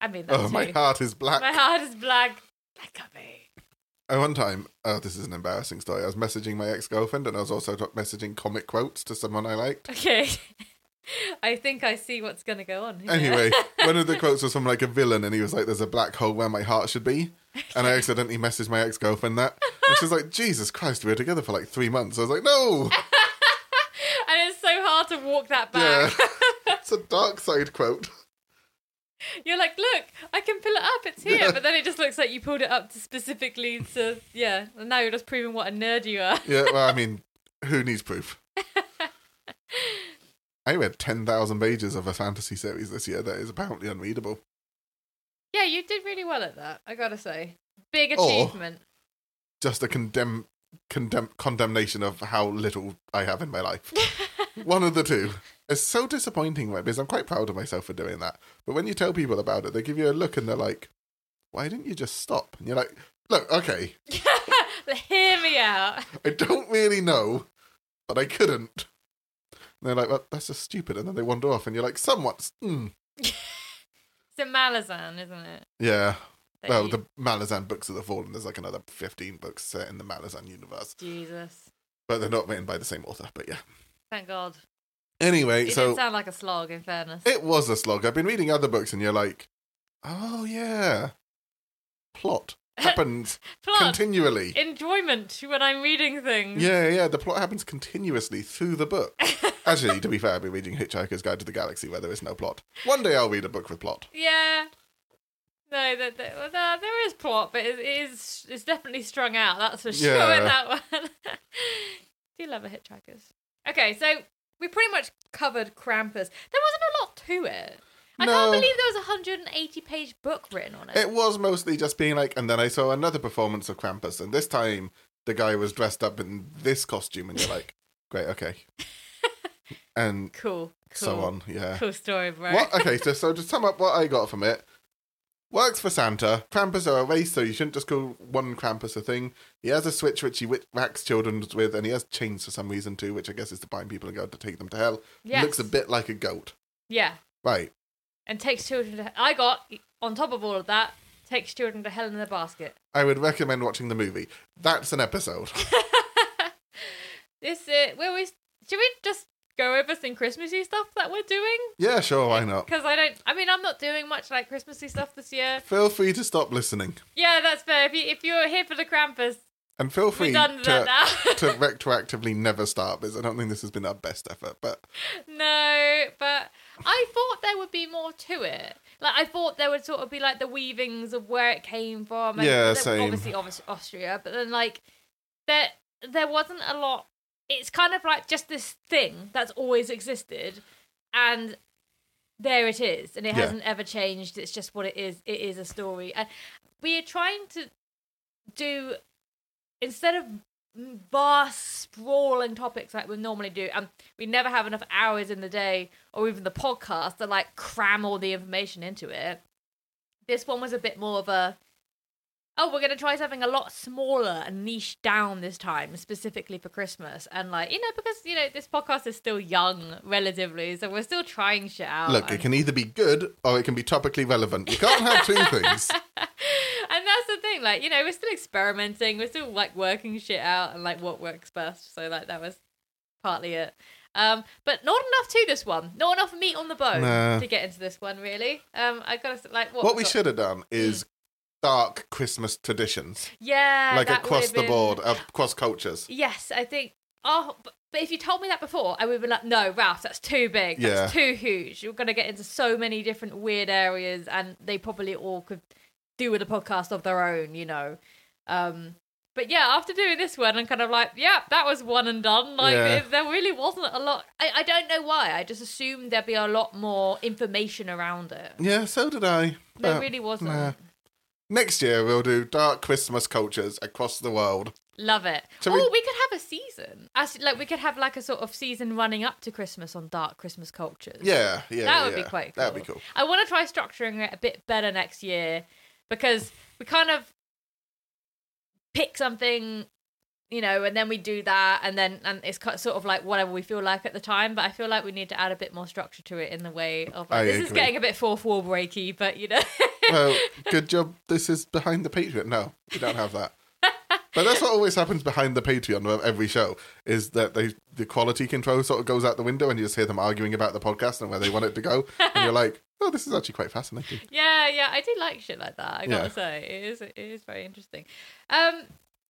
I mean, that's
oh, my
too.
heart is black.
My heart is black. Black coffee.
At one time, oh, this is an embarrassing story. I was messaging my ex girlfriend, and I was also messaging comic quotes to someone I liked.
Okay. I think I see what's going to go on. here.
Anyway, one of the quotes was from like a villain, and he was like, "There's a black hole where my heart should be," and I accidentally messaged my ex girlfriend that, and she's like, "Jesus Christ, we were together for like three months." I was like, "No,
and it's so hard to walk that
yeah,
back.
it's a dark side quote."
You're like, look, I can pull it up. It's here. But then it just looks like you pulled it up to specifically to, yeah. And now you're just proving what a nerd you are.
Yeah, well, I mean, who needs proof? I read ten thousand pages of a fantasy series this year that is apparently unreadable.
Yeah, you did really well at that. I gotta say, big
Or-
achievement.
Just a condemn, condemn, condemnation of how little I have in my life. One of the two. It's so disappointing, right? Because I'm quite proud of myself for doing that. But when you tell people about it, they give you a look and they're like, "Why didn't you just stop?" And you're like, "Look, okay,
Hear me out.
I don't really know, but I couldn't." And they're like, "Well, that's just stupid," and then they wander off, and you're like, "Somewhat, mm,
It's a Malazan, isn't it?
yeah."
That
Well,
you-
the Malazan books of the Fallen. There's like another 15 books set in the Malazan universe,
Jesus.
but they're not written by the same author. But yeah.
Thank God.
Anyway,
It uh,
so
didn't sound like a slog, in fairness.
it was a slog. I've been reading other books, and you're like, oh yeah, plot happens
Plot.
continually.
Enjoyment when I'm reading things.
Yeah, yeah, the plot happens continuously through the book. Actually, to be fair, I've been reading Hitchhiker's Guide to the Galaxy, where there is no plot. One day I'll read a book with plot.
Yeah. No, that that- well, there, there is plot, but it is it's definitely strung out. That's for sure in
Yeah.
that one. Do love a hitchhikers. Okay, so we pretty much covered Krampus. There wasn't a lot to it. I
No.
can't believe there was a 180 page book written on it.
It was mostly just being like, and then I saw another performance of Krampus, and this time the guy was dressed up in this costume, and you're like, great, okay. And
cool, cool.
so on, yeah.
Cool story, bro.
What? Okay, so, so to sum up what I got from it works for Santa. Krampus are a race, so you shouldn't just call one Krampus a thing. He has a switch which he wi- whacks children with, and he has chains for some reason too, which I guess is to bind people and go to take them to hell.
Yes.
Looks a bit like a goat.
Yeah.
Right.
And takes children to. I got, on top of all of that, takes children to hell in a basket.
I would recommend watching the movie. That's an episode.
This uh, where we should we just go over some Christmassy stuff that we're doing?
yeah, sure, why not?
Because I don't. I mean, I'm not doing much like Christmassy stuff this year.
Feel free to stop listening.
Yeah, that's fair. If you if you're here for the Krampus,
And feel free
we're done with
to,
that now.
to retroactively never start because I don't think this has been our best effort. But
No, but I thought there would be more to it. Like I thought there would sort of be like the weavings of where it came from. And
Yeah,
there-
same.
Obviously, obviously Austria, but then like there there wasn't a lot. It's kind of like just this thing that's always existed, and there it is, and it
Yeah.
hasn't ever changed. It's just what it is. It is a story, and we are trying to do instead of vast sprawling topics like we normally do um we never have enough hours in the day or even the podcast to like cram all the information into it this one was a bit more of a oh we're going to try something a lot smaller and niche down this time specifically for christmas and like you know because you know this podcast is still young relatively so we're still trying shit out
look, it
and-
can either be good or it can be topically relevant. You can't have two things.
and that's the thing like you know we're still experimenting we're still like working shit out and like what works best so like that was partly it um but not enough to this one not enough meat on the bone
Nah.
to get into this one really um i gotta s- like what,
What we
got-
should have done is dark Christmas traditions,
yeah
like
Uh, that
across
would've
the
been-
board, uh, across cultures.
yes i think oh but, but if you told me that before i would have been like no ralph that's too big that's too huge you're gonna get into so many different weird areas and they probably all could do with a podcast of their own you know um but yeah, after doing this one, I'm kind of like, yeah, that was one and done. Like,
Yeah.
it- there really wasn't a lot. I, I don't know why. I just assumed there'd be a lot more information around it.
Yeah, so did I.
There
But
really wasn't.
Uh, nah. Next year we'll do dark Christmas cultures across the world.
Love it.
Shall
oh,
we-
we... could have a season. As, like, we could have like a sort of season running up to Christmas on dark Christmas cultures.
Yeah, yeah.
that would
yeah.
be quite cool.
That'd be cool.
I want to try structuring it a bit better next year because we kind of pick something, you know, and then we do that, and then and it's cut- sort of like whatever we feel like at the time. But I feel like we need to add a bit more structure to it in the way of like,
I
this is
agree.
getting a bit fourth wall breaky, but you know,
Well, good job. This is behind the Patreon. No, we don't have that. But that's what always happens behind the Patreon of every show is that they the quality control sort of goes out the window and you just hear them arguing about the podcast and where they want it to go. And you're like, oh, this is actually quite fascinating.
yeah, yeah, I do like shit like that. I gotta
Yeah.
say, it is it is very interesting. Um,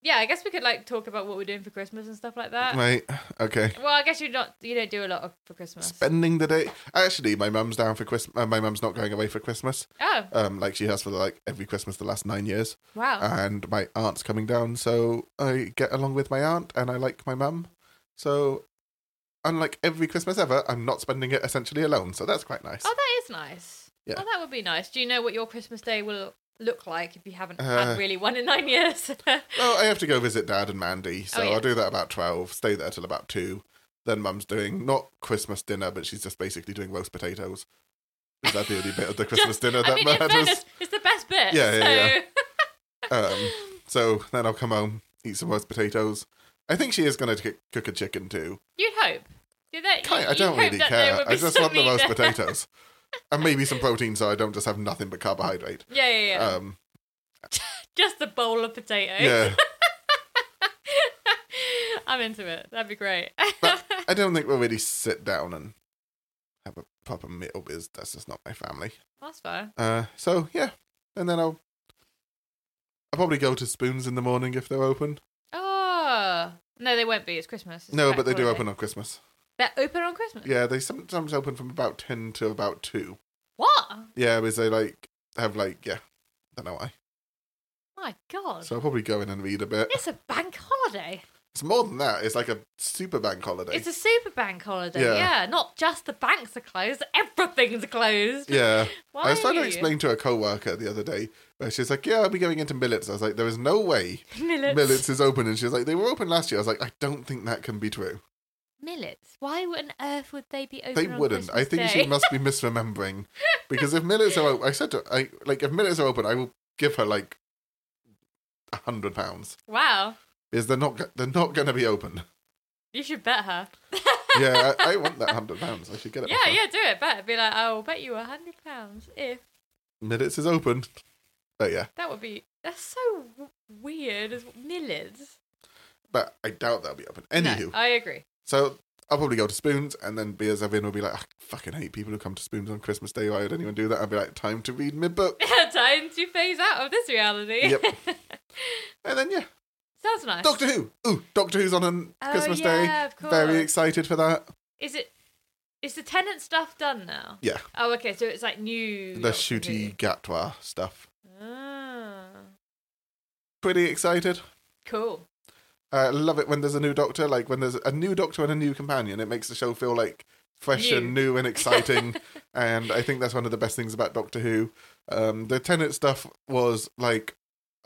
yeah, I guess we could like talk about what we're doing for Christmas and stuff like that.
Right. Okay.
Well, I guess you not you don't do a lot of, for Christmas.
Spending the day. Actually, my mum's down for Christmas. Uh, my mum's not going away for Christmas.
oh
Um, like she has for like every Christmas the last nine years.
wow.
and my aunt's coming down, so I get along with my aunt and I like my mum. So, unlike every Christmas ever, I'm not spending it essentially alone, so that's quite nice.
Oh, that is nice.
Yeah.
Oh, that would be nice. Do you know what your Christmas day will look like if you haven't
Uh,
had really one in nine years?
Well, Oh, I have to go visit dad and Mandy, so
Oh, yeah.
I'll do that about 12, stay there till about 2. Then mum's doing not Christmas dinner, but she's just basically doing roast potatoes. Is that the only bit of the Christmas dinner that
I mean, in
matters?
fairness, it's the best bit.
Yeah, yeah,
so-
Um, so then I'll come home, eat some roast potatoes. I think she is going to cook a chicken too.
You'd hope. You don't,
Kind-
you,
I don't
you'd hope
really
that there
care.
would be
I just
some
want the
meat
roast
there.
potatoes and maybe some protein, so I don't just have nothing but carbohydrate.
Yeah, yeah, yeah.
Um,
just the bowl of potatoes.
yeah,
I'm into it. That'd be great.
but I don't think we'll really sit down and have a proper meal because that's just not my family.
That's fine.
Uh, so yeah, and then I'll I'll probably go to Spoons in the morning if they're open.
Oh. No, they won't be. It's Christmas. It's
No,
bank
but they do
holiday.
open on Christmas.
They're open on Christmas?
Yeah, they sometimes open from about ten to about two.
What?
Yeah, because they like have like yeah, don't know why.
My God.
So I'll probably go in and read a bit.
it's a bank holiday.
It's more than that. It's like a super bank holiday.
It's a super bank holiday.
Yeah.
Yeah. not just the banks are closed, everything's closed.
Yeah.
Why?
I was trying to explain to a coworker the other day where she's like, Yeah, I'll be going into Millets. I was like, There is no way
millets.
Millets is open. And she was like, They were open last year. I was like, I don't think that can be true.
Millets. Why on earth would they be open?
They
on
wouldn't. I
Christmas
think
Day?
she must be misremembering. Because if Millets are open, I said to I like, if Millets are open, I will give her like a hundred pounds.
Wow,
Because they're not, go- they're not going to be open.
you should bet her.
Yeah, I, I want that hundred pounds. I should get it.
yeah,
off her.
yeah, do it. Bet. Be like, I'll bet you a hundred pounds if
Millets is open. But yeah,
That would be. That's so w- weird. As millids.
but I doubt that'll be open.
No,
Anywho,
I agree.
so I'll probably go to Spoons, and then Beers Evan will be like, I fucking hate people who come to Spoons on Christmas Day. Why would anyone do that? I'll be like, time to read my book.
Time to phase out of this reality.
Yep. And then yeah,
Sounds nice.
Doctor Who. Ooh, Doctor Who's on on
Oh,
Christmas
yeah,
Day.
of course.
Very excited for that.
Is it? Is the tenant stuff done now?
Yeah,
Oh, okay. So it's like new.
the
Doctor
shooty gatwa stuff.
Who. Ah,
Pretty excited.
cool.
I love it when there's a new doctor. Like when there's a new doctor and a new companion, it makes the show feel like fresh and new and exciting. and I think that's one of the best things about Doctor Who. Um, the Tennant stuff was like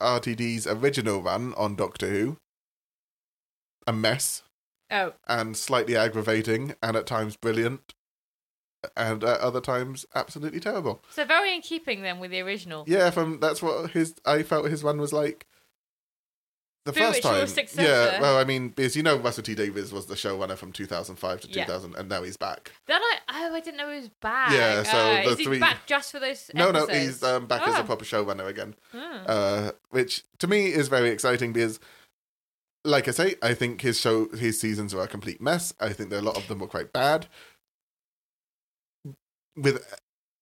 RTD's original run on Doctor Who, a mess
Oh,
and slightly aggravating, and at times brilliant, and at other times absolutely terrible.
so very in keeping then with the original.
Yeah, from that's what his I felt his one was like. The first
Spiritual
time,
successor.
yeah. Well, I mean, because you know Russell T Davies was the showrunner from 2005 to
Yeah.
2000, and now he's back.
Then I oh I didn't know he was back.
Yeah, so
Ah,
the
is he
three-
back just for those?
No, no,
episodes?
he's um, back as a
Ah.
proper showrunner again,
Ah.
uh, which to me is very exciting because, like I say, I think his show his seasons were a complete mess. I think that a lot of them were quite bad, with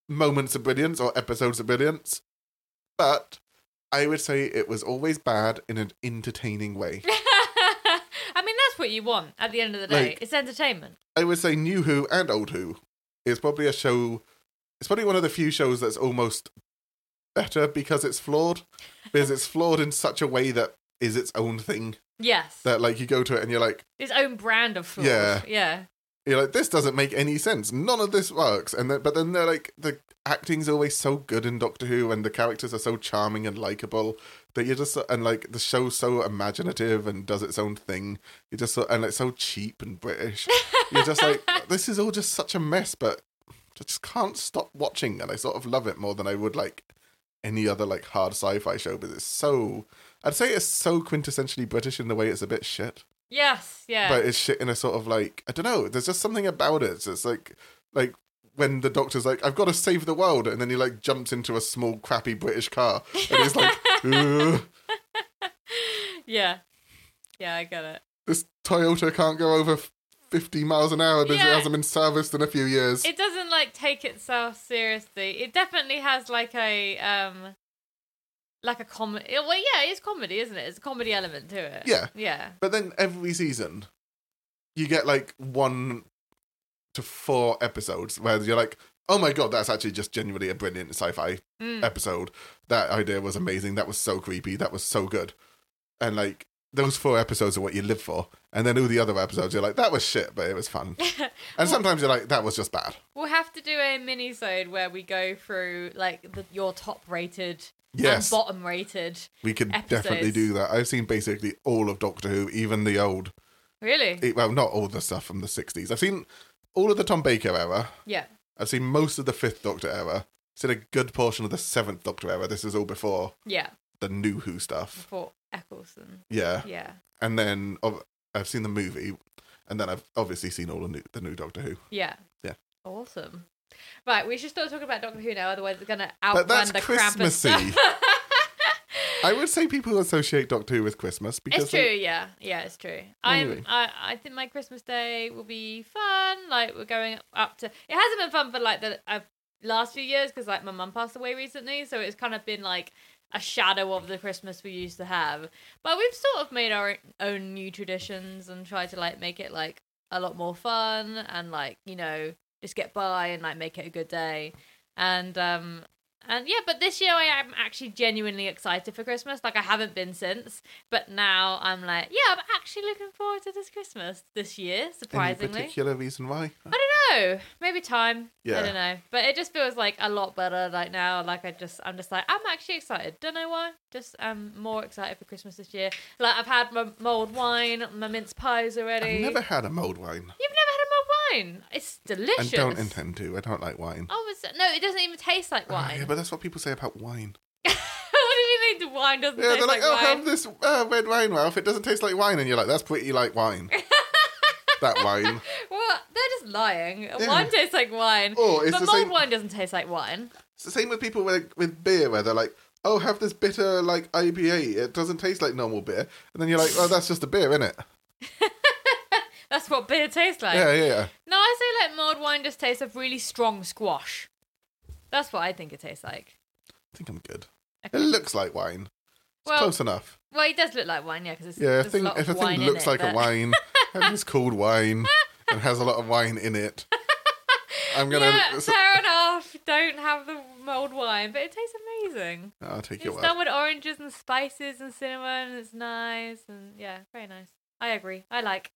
moments of brilliance or episodes of brilliance, but. I would say it was always bad in an entertaining way.
I mean, that's what you want at the end of the day.
Like-
it's entertainment.
I would say New Who and Old Who is probably a show. It's probably one of the few shows that's almost better because it's flawed, because it's flawed in such a way that is its own thing.
Yes.
That like you go to it and you're like,
His own brand of fraud.
Yeah.
Yeah.
you're like, this doesn't make any sense. None of this works. And then, but then they're like, the acting's always so good in Doctor Who, and the characters are so charming and likable that you're just so- and like the show's so imaginative and does its own thing. You're just so, and it's so cheap and British. you're just like, this is all just such a mess, but I just can't stop watching, and I sort of love it more than I would like any other like hard sci-fi show. But it's so, I'd say it's so quintessentially British in the way it's a bit shit
Yes. Yeah.
but it's shit in a sort of like I don't know. There's just something about it. It's like like when the doctor's like, "I've got to save the world," and then he like jumps into a small crappy British car, and he's like, "Ugh,
yeah. Yeah, I get it.
"This Toyota can't go over." 50 miles an hour because it
Yeah.
hasn't been serviced in a few years.
It doesn't like take itself seriously. It definitely has like a um like a comedy. Well, yeah, it's comedy, isn't it? It's a comedy element to it.
Yeah.
Yeah.
But then every season, you get like one to four episodes where you're like, oh my god, that's actually just genuinely a brilliant sci fi
Mm.
episode. That idea was amazing. That was so creepy. That was so good. And like, those four episodes are what you live for. And then all the other episodes, you're like, that was shit, but it was fun. and sometimes you're like, that was just bad.
We'll have to do a mini-sode where we go through like the, your top rated
Yes.
and bottom rated.
We could definitely
episodes.
do that. I've seen basically all of Doctor Who, even the old,
Really?
eh, well, not all the stuff from the 60s. I've seen all of the Tom Baker era.
yeah.
I've seen most of the fifth Doctor era. Seen a good portion of the seventh Doctor era. This is all before
Yeah.
the new Who stuff.
For Eccleston.
Yeah,
Yeah.
and then ob- I've seen the movie, and then I've obviously seen all the new, the new Doctor Who.
Yeah.
Yeah.
Awesome. Right, we should start talking about Doctor Who now, otherwise it's gonna
But
outrun
that's
the
Christmassy.
Krampus.
I would say people associate Doctor Who with Christmas because
It's true, yeah, yeah, it's true.
Anyway.
I'm, I, I think my Christmas day will be fun. Like we're going up to. It hasn't been fun for like the uh, last few years because like my mum passed away recently, so it's kind of been like a shadow of the Christmas we used to have. But we've sort of made our own new traditions and tried to like make it like a lot more fun and like you know just get by and like make it a good day. And um and yeah, but this year I am actually genuinely excited for Christmas. Like I haven't been since, but now I'm like, yeah, I'm actually looking forward to this Christmas this year.
Any
Surprisingly,
particular reason why?
no, maybe time.
Yeah.
I don't know, but it just feels like a lot better. Like now, like I just, I'm just like, I'm actually excited. Don't know why. Just um, more excited for Christmas this year. Like I've had my mulled wine, my mince pies already.
I've never had a mulled wine,
You've never had a mulled wine. It's delicious.
and don't intend to. I don't like wine.
Oh, it's, no, it doesn't even taste like wine.
Yeah, but that's what people say about wine.
what do you mean the wine doesn't
Yeah,
taste
they're like,
like,
"Oh,
wine?
have this uh, red wine, Ralph. It doesn't taste like wine," and you're like, "That's pretty like wine." that wine.
Well, they're just lying.
um, Yeah.
Wine tastes like wine,
Or it's
but
the
mulled
same-
wine doesn't taste like wine.
It's the same with people with with beer, where they're like, oh, have this bitter like IPA. It doesn't taste like normal beer. And then you're like, oh, that's just a beer, isn't it?
That's what beer tastes like.
Yeah, yeah, yeah.
No, I say like mulled wine just tastes of really strong squash. That's what I think it tastes like.
I think I'm good. It
Okay.
looks like wine. It's
well,
close enough.
well, it does look like wine, yeah, because
Yeah,
there's
I think
a lot
if a
of wine
thing
in
looks
it,
like a
but-
wine and it's called wine and has a lot of wine in it, I'm gonna.
yeah, fair enough. Don't have the mulled wine, but it tastes amazing.
I'll take your
It's
word.
done with oranges and spices and cinnamon. And it's nice and yeah, very nice. I agree. I like.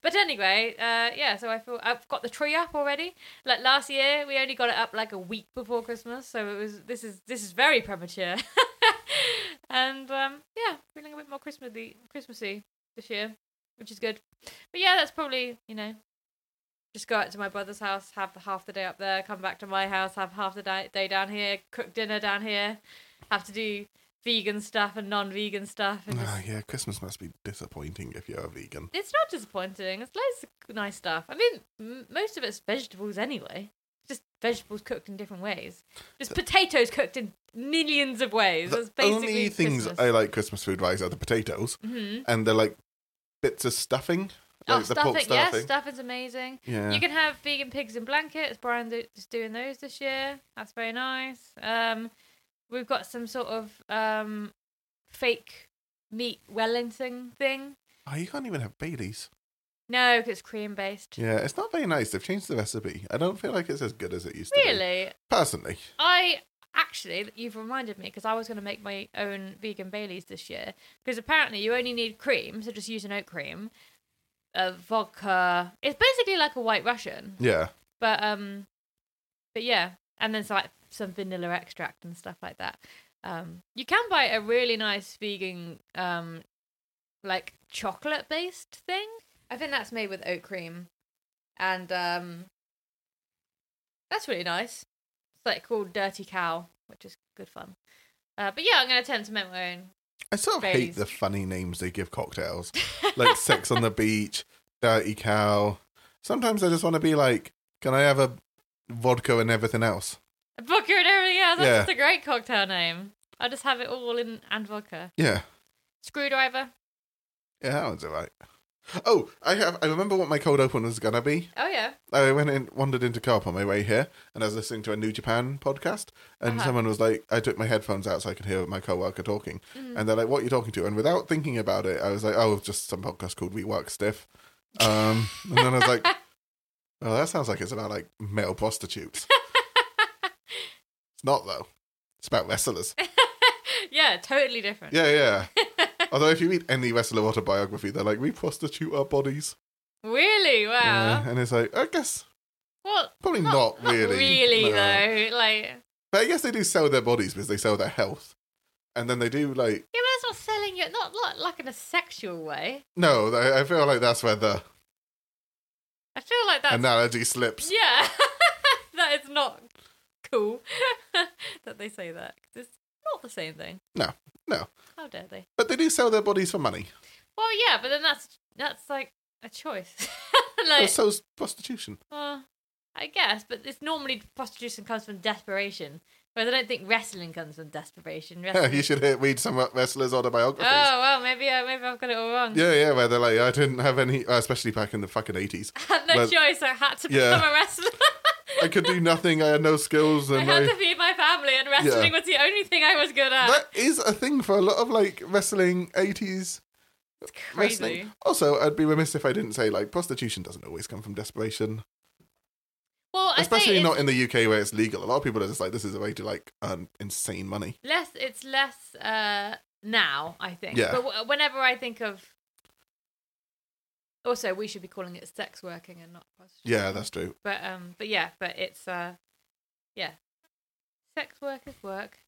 But anyway, uh, yeah. So I feel I've got the tree up already. Like last year, we only got it up like a week before Christmas, so it was this is this is very premature. and um, yeah, feeling a bit more Christmassy, Christmassy this year, which is good. But yeah, that's probably you know. Just go out to my brother's house, have half the day up there, come back to my house, have half the di- day down here, cook dinner down here, have to do vegan stuff and non-vegan stuff. And just-
Ah, yeah, Christmas must be disappointing if you're a vegan.
It's not disappointing. It's loads of nice stuff. I mean, m- most of it's vegetables anyway. Just vegetables cooked in different ways. Just potatoes cooked in millions of ways. That's
The
basically
only things
Christmas.
I like Christmas food wise are the potatoes,
Mhm.
and they're like bits of stuffing,
Oh,
like the
stuffing.
pork
Yes,
stuffing.
stuffing's amazing.
yeah,
You can have vegan pigs in blankets. Brian's do- is doing those this year. That's very nice. Um, we've got some sort of um, fake meat Wellington thing.
oh, you can't even have Baileys.
No, 'cause it's cream based.
Yeah, it's not very nice. They've changed the recipe. I don't feel like it's as good as it used to be.
Really?
Personally,
I actually, you've reminded me because I was going to make my own vegan Baileys this year because apparently you only need cream, so just use an oat cream, uh, vodka. It's basically like a White Russian,
yeah.
but um, but yeah, and then so like some vanilla extract and stuff like that. Um, you can buy a really nice vegan um, like chocolate based thing. I think that's made with oat cream, and um, that's really nice. It's like called Dirty Cow, which is good fun. Uh, but yeah, I'm gonna attempt to make my own.
I sort of hate
Baileys.
the funny names they give cocktails, like Sex on the Beach, Dirty Cow. Sometimes I just want to be like, can I have a vodka and everything else?
Vodka and everything else. That's
Yeah.
just a great cocktail name. I'll just have it all in and vodka.
Yeah,
Screwdriver.
yeah, that one's alright. Oh, I have. I remember what my cold open was gonna be.
Oh yeah.
I went in, wandered into Carp on my way here, and I was listening to a New Japan podcast, and
Uh-huh.
someone was like, I took my headphones out so I could hear my coworker talking, and they're like, "What are you talking to?" And without thinking about it, I was like, "Oh, just some podcast called We Work Stiff," um, and then I was like, "Well, that sounds like it's about like male prostitutes." it's not though. It's about wrestlers.
Yeah, totally different.
Yeah, yeah. Although if you read any wrestler autobiography, they're like, "We prostitute our bodies,"
Really? Wow.
Yeah, and it's like, I guess
Well,
probably
not,
not,
not
really.
really,
No.
though. Like, yeah,
But I guess they do sell their bodies because they sell their health. And then they do like
but that's not selling it. Not, not like in a sexual way.
no, I I feel like that's where the
I feel like that's
analogy slips.
yeah. that is not cool that they say that. 'cause It's not the same thing.
No, no.
How dare they?
But they do sell their bodies for money.
Well, yeah, but then that's that's like a choice.
Or
like,
so is prostitution.
well, I guess, but it's normally prostitution comes from desperation. Whereas I don't think wrestling comes from desperation. Wrestling
you should hear, read some wrestlers' autobiographies.
Oh well, maybe I, maybe I've got it all wrong.
Yeah, yeah, where they're like, I didn't have any, uh, especially back in the fucking eighties.
I had no
Well-
choice. I had to
Yeah.
become a wrestler.
I could do nothing. I had no skills,
I
and
had
I,
to feed my family, and wrestling was the only thing I was good at.
that is a thing for a lot of like wrestling eighties
it's crazy.
wrestling. Also, I'd be remiss if I didn't say like prostitution doesn't always come from desperation.
Well, I
especially
say
not
it's
in the UK where it's legal. A lot of people are just like, this is a way to like earn insane money.
less. It's less uh, now, I think.
Yeah.
But w- whenever I think of, also we should be calling it sex working and not prostitution.
Yeah, that's true.
But um, but yeah, but it's uh, yeah, sex work is work.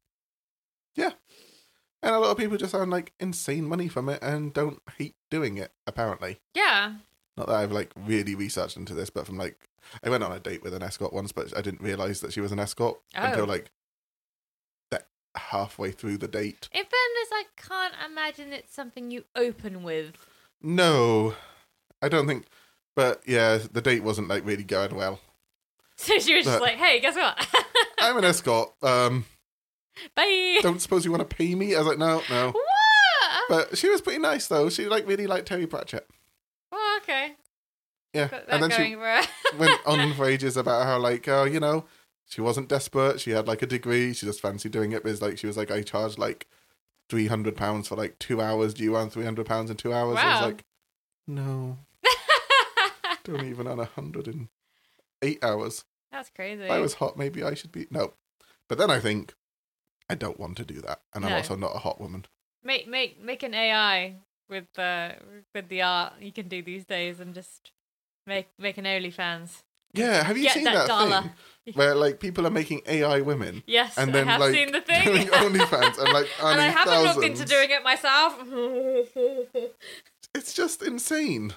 And a lot of people just earn like insane money from it and don't hate doing it. Apparently,
Yeah.
not that I've like really researched into this, but from like I went on a date with an escort once, but I didn't realize that she was an escort
Oh.
until like that halfway through the date.
In fairness, I can't imagine it's something you open with.
No, I don't think. But yeah, the date wasn't like really going well.
So she was just
But-
like, "Hey, guess what?
I'm an escort. Um,
Bye.
Don't suppose you want to pay me? I was like, no, no.
What?
But she was pretty nice though. She like really liked Terry Pratchett.
Oh, okay.
Yeah.
Got that
And then
going
she
for her.
went on for ages about how like, oh, you know, she wasn't desperate. She had like a degree. She just fancied doing it. But it's like she was like, I charged like three hundred pounds for like two hours. Do you want three hundred pounds in two hours? I
Wow.
was like, no, don't even on a hundred in eight hours.
That's crazy.
If I was hot, maybe I should be no. But then I think I don't want to do that, and I'm
No.
also not a hot woman.
Make make make an AI with the with the art you can do these days, and just make make an OnlyFans.
Yeah, have you
Get
seen
that
that,
dollar.
thing where like people are making AI women?
Yes,
And then
I have
like
seen the
doing
thing.
OnlyFans and like
and I
earning
haven't looked into
thousands.
doing it myself.
It's just insane.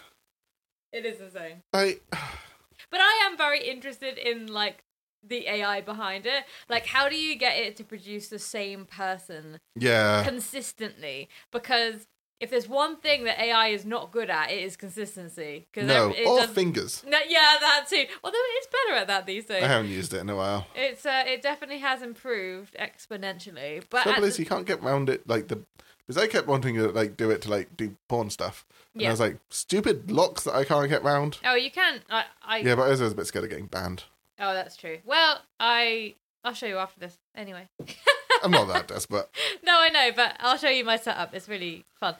it is insane.
Like
But I am very interested in like the AI behind it. Like, how do you get it to produce the same person
yeah,
consistently? Because if there's one thing that AI is not good at, it is consistency. Because
no,
it
or
does-
fingers.
No, yeah, that too. Although it's better at that these
I
days.
haven't used it in a while.
It's uh, it definitely has improved exponentially. But at
Trouble
the-
is, you can't get round it. Like the because I kept wanting to like do it to like do porn stuff, and
Yeah.
I was like stupid locks that I can't get round.
oh, you can. I, I
Yeah, but I was always a bit scared of getting banned.
oh, that's true. Well, I I'll show you after this anyway.
I'm not that desperate.
No, I know, but I'll show you my setup. It's really fun.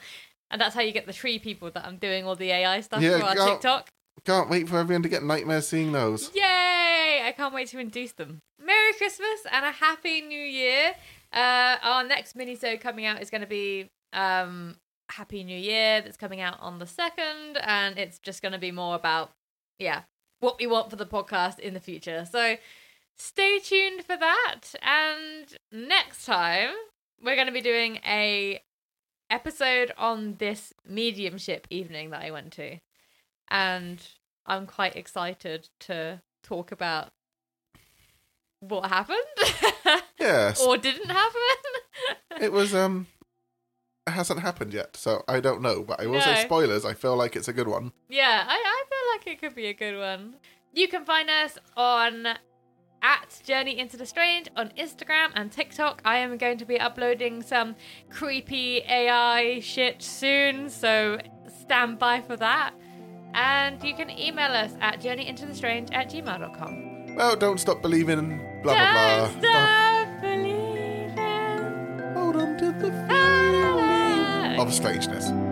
And that's how you get the three people that I'm doing all the AI stuff
Yeah,
for on
go-
TikTok.
Can't wait for everyone to get nightmares seeing those.
Yay! I can't wait to induce them. Merry Christmas and a happy new year. Uh, our next mini coming out is going to be um, Happy New Year. That's coming out on the second, and it's just going to be more about yeah what we want for the podcast in the future. So stay tuned for that. And next time we're going to be doing a episode on this mediumship evening that I went to, and I'm quite excited to talk about what happened
Yes,
or didn't happen.
it was um, it hasn't happened yet, so I don't know. But I will say
No.
spoilers. I feel like it's a good one.
yeah, I, I feel like it could be a good one. You can find us on at Journey Into the Strange on Instagram and TikTok. I am going to be uploading some creepy AI shit soon, so stand by for that. And you can email us at journeyintothe.strange at gmail.com.
Well, don't stop believing. Blah blah
Don't
blah.
stop believing.
Hold on to the
Ah.
of strangeness.